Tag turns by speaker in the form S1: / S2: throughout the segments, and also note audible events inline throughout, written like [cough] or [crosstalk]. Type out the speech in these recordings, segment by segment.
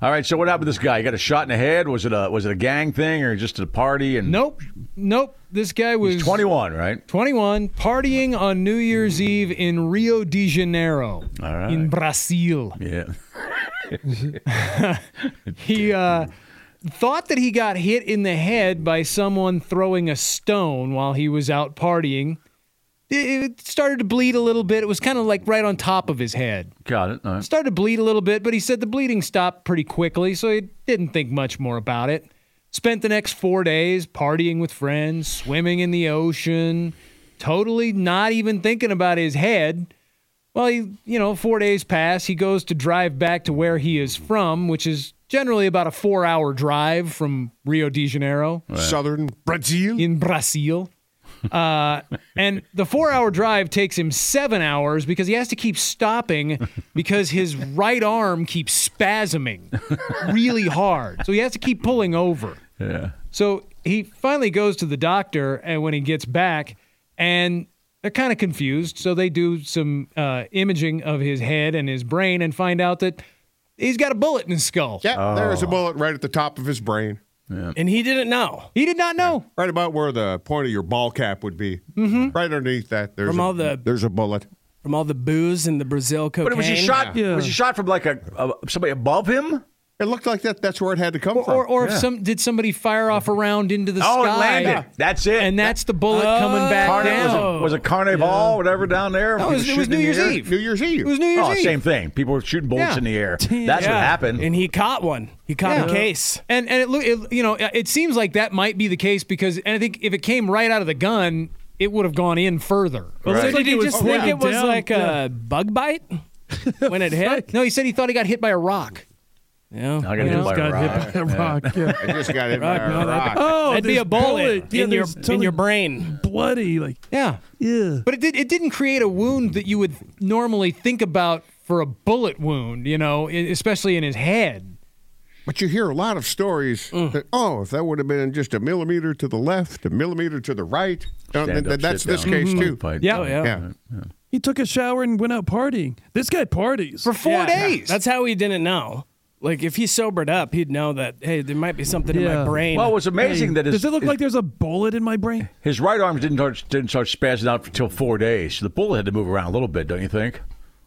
S1: All right, so what happened to this guy? He got a shot in the head. Was it a was it a gang thing or just a party? And
S2: Nope. Nope. This guy was
S1: he's 21, right?
S2: 21, partying on New Year's Eve in Rio de Janeiro,
S1: All right.
S2: in Brazil.
S1: Yeah. [laughs]
S2: He uh, thought that he got hit in the head by someone throwing a stone while he was out partying. It it started to bleed a little bit. It was kind of like right on top of his head.
S1: Got it. All right.
S2: Started to bleed a little bit, but he said the bleeding stopped pretty quickly, so he didn't think much more about it. Spent the next four days partying with friends, swimming in the ocean, totally not even thinking about his head. Well, he, you know, four days pass. He goes to drive back to where he is from, which is generally about a four hour drive from Rio de Janeiro
S3: Southern Brazil.
S2: in Brazil. Uh, and the four hour drive takes him seven hours because he has to keep stopping because his right arm keeps spasming really hard. So he has to keep pulling over.
S1: Yeah.
S2: So he finally goes to the doctor, and when he gets back, and they're kind of confused. So they do some uh, imaging of his head and his brain and find out that he's got a bullet in his skull.
S3: Yeah,
S1: Oh.
S3: there's a bullet right at the top of his brain,
S4: And he didn't know.
S2: He did not know.
S3: right about where the point of your ball cap would be.
S2: Mm-hmm.
S3: Right underneath that, there's
S4: From
S3: a,
S4: all the-
S3: there's a bullet.
S4: From all the booze and the Brazil cocaine.
S1: But it was he shot? Was he shot from like a, a somebody above him?
S3: It looked like that. That's where it had to come from.
S2: Or, or if some did somebody fire off a round into the
S1: Oh,
S2: sky?
S1: it landed. That's it.
S2: And that's the bullet coming back
S1: Carnival was
S2: down.
S1: a, was a carnival, whatever down there.
S2: No, it was- it
S1: Shooting
S2: was New
S1: in the
S2: Year's
S1: air?
S2: Eve.
S3: New Year's Eve.
S2: it
S3: [laughs]
S2: was New Year's
S1: Oh,
S2: Eve.
S1: same thing. People were shooting bullets
S2: Yeah.
S1: in the air. That's
S4: Yeah.
S1: what happened.
S4: And he caught one. He caught a case.
S2: And and it, loo- it you know it seems like that might be the case because and I think if it came right out of the gun, it would have gone
S1: [laughs]
S2: in further.
S4: So
S1: Right.
S4: did he just
S3: Oh,
S4: think
S3: yeah.
S4: it was
S5: Down,
S4: like a bug bite when it hit?
S2: No, he said he thought he got hit by a rock.
S4: Yeah.
S1: I got hit by a
S5: Got
S1: rock.
S5: hit by a rock. Yeah.
S3: I just got hit by a rock.
S5: Oh,
S4: That'd be
S5: there's
S4: a bullet,
S5: Yeah,
S4: in your
S5: there's
S4: in
S5: totally
S4: your brain.
S5: bloody. Like,
S2: Yeah,
S5: yeah.
S2: but it did it didn't create a wound that you would normally think about for a bullet wound. You know, e- especially in his head.
S3: But you hear a lot of stories
S2: Mm.
S3: that, oh, if that would have been just a millimeter to the left, a millimeter to the right. Uh,
S1: Stand
S3: th-
S1: up,
S3: th- that's
S1: sit
S3: this
S1: down,
S3: case,
S1: fight,
S3: too.
S1: fight.
S2: Yeah.
S4: Oh yeah.
S3: Yeah.
S5: He took a shower and went out partying. This guy parties.
S2: For four
S4: Yeah.
S2: days.
S4: That's how he didn't know. Like if he sobered up, he'd know that hey, there might be something in my
S5: Yeah.
S4: brain.
S1: Well, it was amazing that his,
S5: Does it look like there's a bullet in my brain?
S1: his right arm didn't start, didn't start spazzing out until four days. So the bullet had to move around a little bit, don't you think?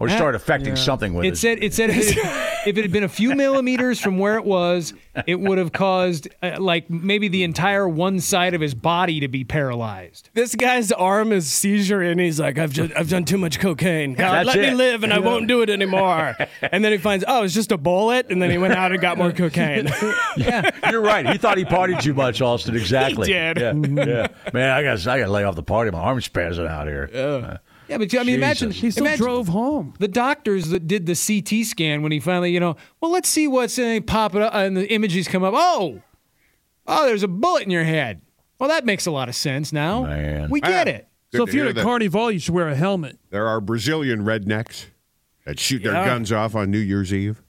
S1: Or start affecting something with
S2: It said it said if it,
S5: [laughs]
S2: if it had been a few millimeters from where it was, it would have caused uh, like maybe the entire one side of his body to be paralyzed.
S4: this guy's arm is seizure and he's like, I've just, I've done too much cocaine. God,
S1: That's
S4: let me
S1: it.
S4: live and I won't do
S2: [laughs]
S4: it anymore. and then he finds, oh, it's just a bullet. And then he went out and got more cocaine. [laughs]
S1: You're right. He thought he partied too much, Austin. Exactly.
S4: He did.
S1: Yeah. yeah. Man, I got I got to lay off the party. My arm's spazzing out here. Uh, Yeah.
S2: Yeah, but I mean, imagine
S1: Jesus.
S5: He still
S2: imagine
S5: drove home.
S2: the doctors that did the CT scan when he finally, you know, well, let's see what's in. They pop it up, and the images come up. Oh, oh, there's a bullet in your head. Well, that makes a lot of sense now.
S1: Man.
S2: We get
S3: Ah.
S2: it.
S3: Good
S5: so
S3: to
S5: if you're
S3: hear
S5: at
S3: that
S5: Carnival, you should wear a helmet.
S3: There are Brazilian rednecks that shoot their
S4: Yeah.
S3: guns off on New Year's Eve.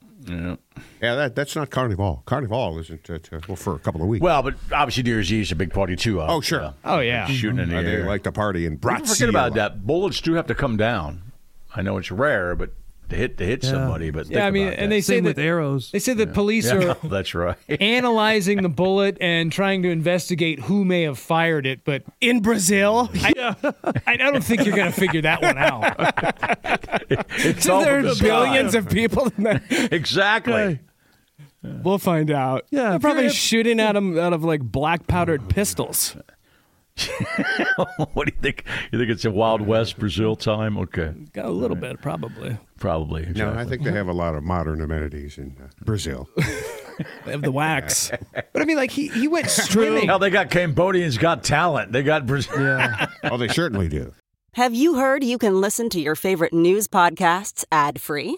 S3: Yeah, that, that's not Carnival. Carnival isn't, uh, t- well, for a couple of weeks.
S1: Well, but obviously New Year's Eve is a big party too.
S3: oh, sure.
S2: Oh yeah.
S1: Shooting in the
S3: Uh, they
S1: air.
S3: like to party in
S1: People
S3: Brazil.
S1: forget about that. Bullets do have to come down. I know it's rare, but to hit to hit somebody. But
S2: Yeah, I mean, and they say
S5: Same
S2: that
S5: with arrows.
S2: they say that police are
S1: [laughs] that's right.
S2: analyzing the bullet and trying to investigate who may have fired it, but
S4: in Brazil, [laughs] I,
S2: [laughs] I, I don't think you're going to figure that one out.
S1: It's all
S4: there
S1: from
S4: are
S1: the
S4: billions
S1: sky.
S4: of people.
S2: [laughs]
S4: In there.
S1: exactly.
S4: We'll find out.
S5: Yeah,
S4: They're
S5: if
S4: probably
S5: you're-
S4: shooting at him out of like black powdered pistols.
S1: [laughs] what do you think? You think it's a Wild West Brazil time? Okay,
S4: Got a little bit, probably.
S1: probably.
S3: No, I
S1: exactly.
S3: think they have a lot of modern amenities in uh,
S1: [laughs]
S3: Brazil.
S4: They have the wax.
S2: [laughs] But I mean, like he, he
S4: [laughs]
S2: went swimming.
S1: Hell, they got Cambodians got talent. They got Brazil.
S3: oh, they certainly do.
S6: Have you heard you can listen to your favorite news podcasts ad free?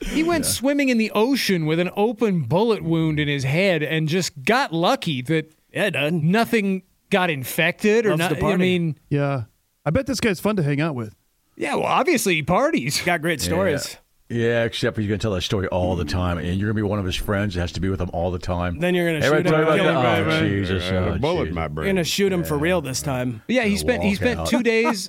S2: He went swimming in the ocean with an open bullet wound in his head and just got lucky that
S4: Yeah, done.
S2: nothing got infected or
S4: Loves to
S2: nothing. I
S4: party.
S2: mean,
S5: Yeah. I bet this guy's fun to hang out with.
S2: yeah, well, obviously he parties.
S4: Got great stories.
S1: Yeah, except he's going to tell that story all the time, and you're going to be one of his friends that has to be with him all the time.
S4: Then you're gonna
S1: Everybody
S4: shoot him
S1: talking about
S4: and kill him,
S1: that?
S4: right,
S1: Oh,
S4: right.
S1: Jesus.
S3: I had
S1: oh,
S3: a bullet in
S1: Jesus.
S3: my
S4: We're gonna
S3: brain.
S4: shoot him for real this time.
S2: [laughs] Yeah, he spent he
S1: walk
S2: spent
S1: out.
S2: two days.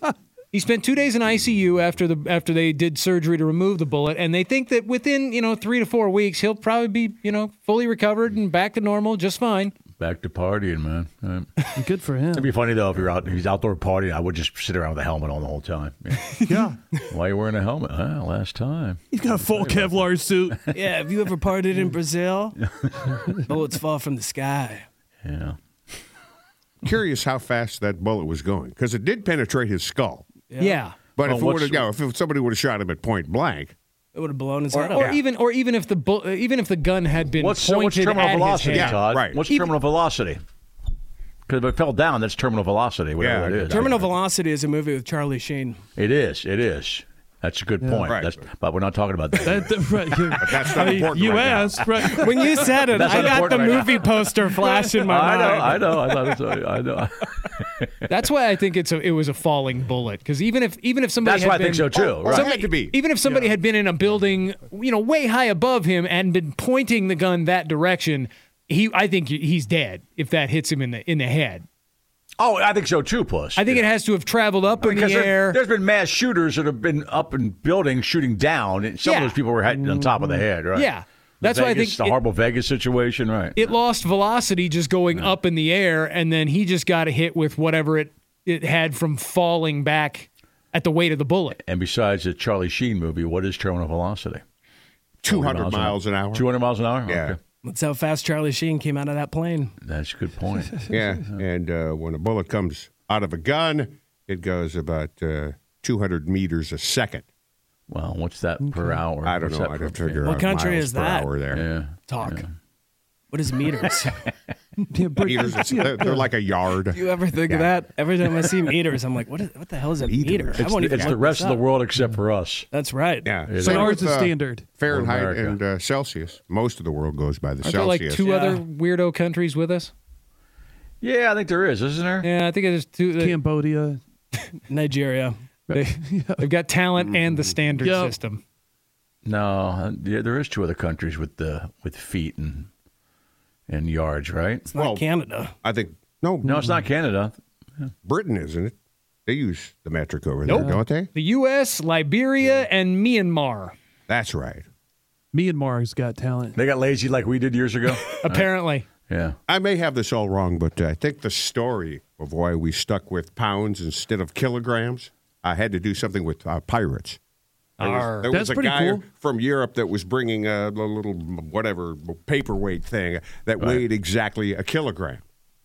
S2: He spent two days in ICU after the after they did surgery to remove the bullet, and they think that within you know three to four weeks he'll probably be you know fully recovered and back to normal, just fine.
S1: Back to partying, man. Um,
S5: Good for him.
S1: It'd be funny though if you're out, if he's outdoor partying. I would just sit around with a helmet on the whole time. Yeah.
S5: [laughs] Yeah.
S1: Why are you wearing a helmet? Ah, last time.
S5: He's got a full Kevlar suit.
S4: [laughs] Yeah, have you ever partied in Brazil? [laughs] Bullets fall from the sky.
S1: Yeah.
S3: Curious how fast that bullet was going because it did penetrate his skull.
S2: Yeah,
S3: But if, it
S1: Well,
S3: would've- yeah, if somebody would have shot him at point blank,
S4: It would have blown his
S2: or,
S4: head
S2: or
S4: off.
S2: even or even if the bull, even if the gun had been
S1: What's, so what's
S2: pointed
S1: terminal
S2: at
S1: velocity,
S2: his head.
S3: Yeah,
S1: Todd?
S3: right.
S1: What's terminal velocity? Because if it fell down, that's terminal velocity, whatever
S3: Yeah,
S1: it is.
S4: Terminal Velocity is a movie with Charlie
S1: [laughs]
S4: Sheen.
S1: It is. It is. That's a good point.
S3: Right.
S1: That's, but we're not talking about
S2: [laughs]
S1: that.
S5: That, that- right, you-
S1: [laughs]
S3: that's not
S5: I mean,
S3: important
S5: You
S3: right now.
S5: asked, right?
S4: When you said it,
S1: That's
S4: I got the
S1: unimportant right now.
S4: movie poster flash in my
S1: [laughs] I
S4: mind.
S1: know. I know. I thought. it's- I know.
S2: That's why I think it's a, it was a falling bullet because even if even if somebody
S1: That's
S2: had
S1: why I
S2: been,
S1: think so too.
S3: it
S1: Right.
S3: had to be.
S2: Even if somebody had been in a building, you know, way high above him and been pointing the gun that direction, he I think he's dead if that hits him in the in the head.
S1: Oh, I think so too, Puss.
S2: I think it has to have traveled up in
S1: because
S2: the
S1: there-
S2: air.
S1: there's been mass shooters that have been up in buildings shooting down, and some
S2: Yeah.
S1: of those people were hit on top of the head, right?
S2: Yeah.
S1: The
S2: That's why I
S1: Vegas-
S2: think
S1: the
S2: it-
S1: horrible Vegas situation, right?
S2: It lost velocity just going up in the air and then he just got a hit with whatever it it had from falling back at the weight of the bullet.
S1: and besides the Charlie Sheen movie, what is terminal velocity?
S3: 200 miles an hour.
S1: 200 miles an hour?
S3: Yeah.
S1: Okay.
S4: That's how fast Charlie Sheen came out of that plane.
S1: That's a good point.
S3: Yeah, and uh, when a bullet comes out of a gun, it goes about uh, 200 meters a second.
S1: well, what's that per hour?
S3: I don't
S1: What's
S3: know.
S1: that
S3: I'd
S1: per-
S3: have to figure
S4: What
S3: out
S4: country
S3: miles
S4: is
S3: per
S4: that?
S3: hour there.
S1: Yeah.
S4: Talk. What is
S1: [laughs]
S4: meters? [laughs]
S5: Yeah, but-
S3: Meters, is- they're, they're like a yard.
S4: Do you ever think of that? Every time I see meters, I'm like, what, is, what the hell is a meter? I
S1: It's,
S4: won't
S1: the,
S4: even
S1: it's
S4: look
S1: the rest
S4: this
S1: of the
S4: up.
S1: world except for us.
S4: That's right.
S3: Yeah,
S1: It
S3: same
S5: Ours
S3: with,
S5: is
S3: uh,
S5: standard.
S3: Fahrenheit
S1: America.
S3: and uh, Celsius. Most of the world goes by the
S2: Aren't there like
S3: Celsius.
S2: two
S4: Yeah.
S2: other weirdo countries with us?
S1: Yeah, I think there is, isn't there?
S2: Yeah, I think there's two. uh, They,
S5: [laughs] Cambodia.
S4: Nigeria.
S2: they, have got talent and the standard
S5: Yep.
S2: system.
S1: No, yeah, there is two other countries with the with feet and and yards, right?
S4: It's not
S3: Well,
S4: Canada.
S3: I think no,
S1: No, it's
S3: Mm-hmm.
S1: not Canada.
S3: Britain isn't it? They use the metric over there, don't they?
S2: The U.S., Liberia, and Myanmar.
S3: That's right.
S5: Myanmar's got talent.
S1: They got lazy like we did years
S3: [laughs]
S1: ago.
S2: Apparently,
S1: yeah.
S3: I may have this all wrong, but uh, I think the story of why we stuck with pounds instead of kilograms, I had to do something with uh, pirates. There was, there was
S5: That's
S3: a
S5: pretty
S3: guy
S5: cool.
S3: from Europe that was bringing a, l- little whatever paperweight thing that weighed exactly a kilogram.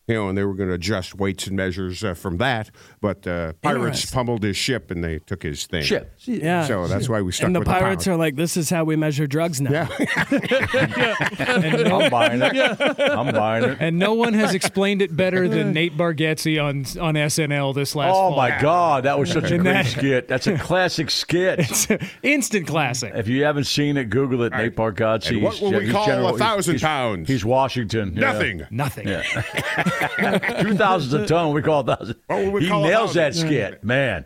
S3: You know, and they were going to adjust weights and measures uh, from that. But uh, pirates
S4: Interesting.
S3: pummeled his ship and they took his thing.
S1: Ship.
S4: Yeah.
S3: So that's why we stuck
S4: and the
S3: with
S4: pirates
S3: the
S4: are like, this is how we measure drugs now.
S3: Yeah.
S1: [laughs] I'm buying it. I'm buying
S3: [laughs]
S1: it.
S2: and no one has explained it better than Nate Bargatze on on SNL this last.
S1: Oh
S2: fall.
S1: my God, that was such a
S2: And
S1: great
S2: that-
S1: skit. That's a classic skit.
S2: Instant classic.
S1: If you haven't seen it, Google it. Nate Bargatze.
S3: And what
S1: He's-
S3: will we
S1: he's
S3: call
S1: general-
S3: a
S1: he's-
S3: thousand
S1: he's-
S3: pounds?
S1: He's Washington. Yeah.
S3: Nothing.
S2: Nothing.
S1: [laughs] Two thousand's a ton. We call a thousand.
S3: What would we
S1: he
S3: call a
S1: nails that
S3: thousand?
S1: skit, man.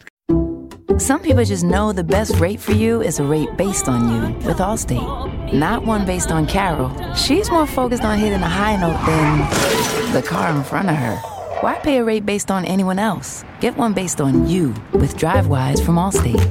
S7: Some people just know the best rate for you is a rate based on you with Allstate, not one based on Carol. She's more focused on hitting a high note than the car in front of her.
S8: Why pay a rate based on anyone else? Get one based on you with DriveWise from Allstate.